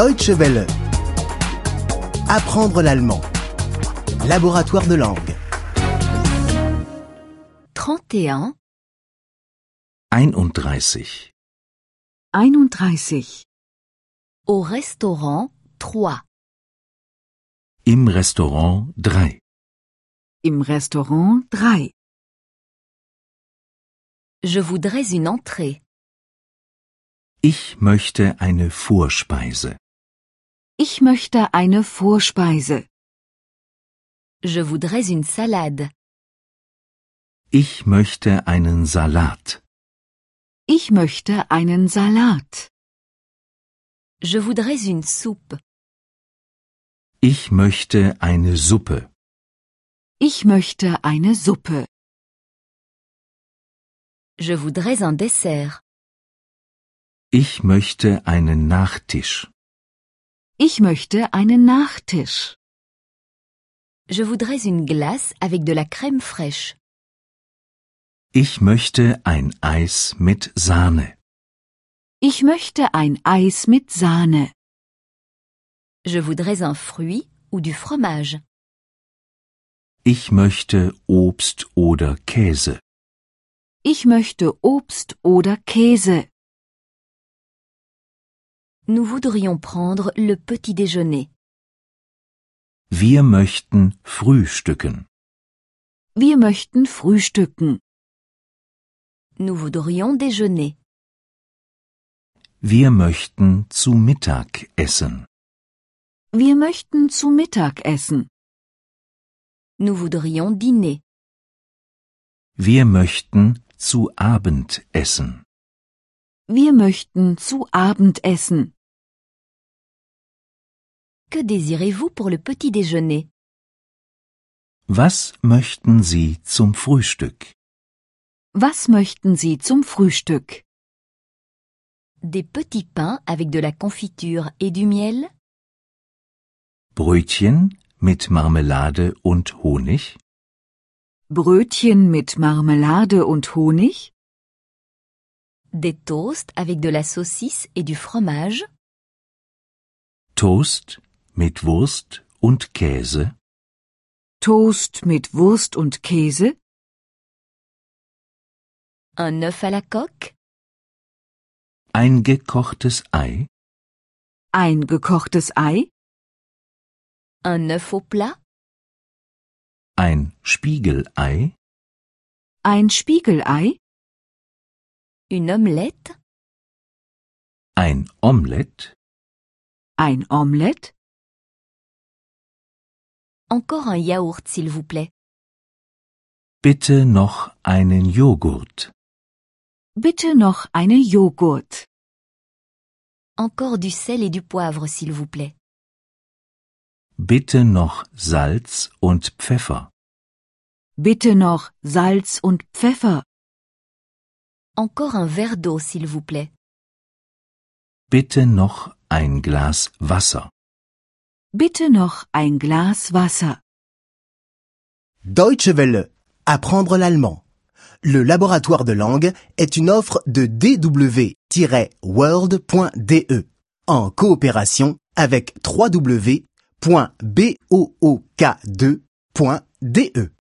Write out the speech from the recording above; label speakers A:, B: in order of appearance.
A: Deutsche Welle. Apprendre l'allemand. Laboratoire de langue.
B: 31,
C: 31.
D: 31.
B: au restaurant 3.
C: Im Restaurant 3.
D: Im Restaurant 3.
B: Je voudrais une entrée.
C: Ich möchte eine Vorspeise.
D: Ich möchte eine Vorspeise.
B: Je voudrais une salade.
C: Ich möchte einen Salat.
D: Ich möchte einen Salat.
B: Je voudrais une soupe.
C: Ich möchte eine Suppe.
D: Ich möchte eine Suppe.
B: Je voudrais un dessert.
C: Ich möchte einen Nachtisch.
D: Ich möchte einen Nachtisch.
B: Je voudrais une glace avec de la crème fraîche.
C: Ich möchte ein Eis mit Sahne.
D: Ich möchte ein Eis mit Sahne.
B: Je voudrais un fruit ou du fromage.
C: Ich möchte Obst oder Käse.
D: Ich möchte Obst oder Käse.
B: Nous voudrions prendre le petit déjeuner.
C: Wir möchten frühstücken.
D: Wir möchten frühstücken.
B: Nous voudrions déjeuner.
C: Wir möchten zu Mittag essen.
D: Wir möchten zu Mittag essen.
B: Nous voudrions dîner.
C: Wir möchten zu Abend essen.
D: Wir möchten zu Abend essen.
B: Que désirez-vous pour le petit déjeuner
C: Was möchten Sie zum Frühstück?
D: Was möchten Sie zum Frühstück?
B: Des petits pains avec de la confiture et du miel
C: Brötchen mit Marmelade und Honig?
D: Brötchen mit Marmelade und Honig?
B: Des toasts avec de la saucisse et du fromage
C: Toast mit Wurst und Käse?
D: Toast mit Wurst und Käse?
B: Un œuf à la coque
C: Ein gekochtes Ei?
D: Ein gekochtes Ei?
B: Un œuf au plat
C: Ein Spiegelei?
D: Ein Spiegelei?
B: Une omelette
C: Ein Omelett?
D: Ein Omelett?
B: Encore un yaourt, s'il vous plaît.
C: Bitte noch einen Joghurt.
D: Bitte noch eine Joghurt.
B: Encore du sel et du poivre, s'il vous plaît.
C: Bitte noch Salz und Pfeffer.
D: Bitte noch Salz und Pfeffer.
B: Encore un verre d'eau, s'il vous plaît.
C: Bitte noch ein Glas Wasser.
D: Bitte noch ein Glas Wasser.
A: Deutsche Welle. Apprendre l'allemand. Le laboratoire de langue est une offre de dw-world.de E en coopération avec www.book2.de.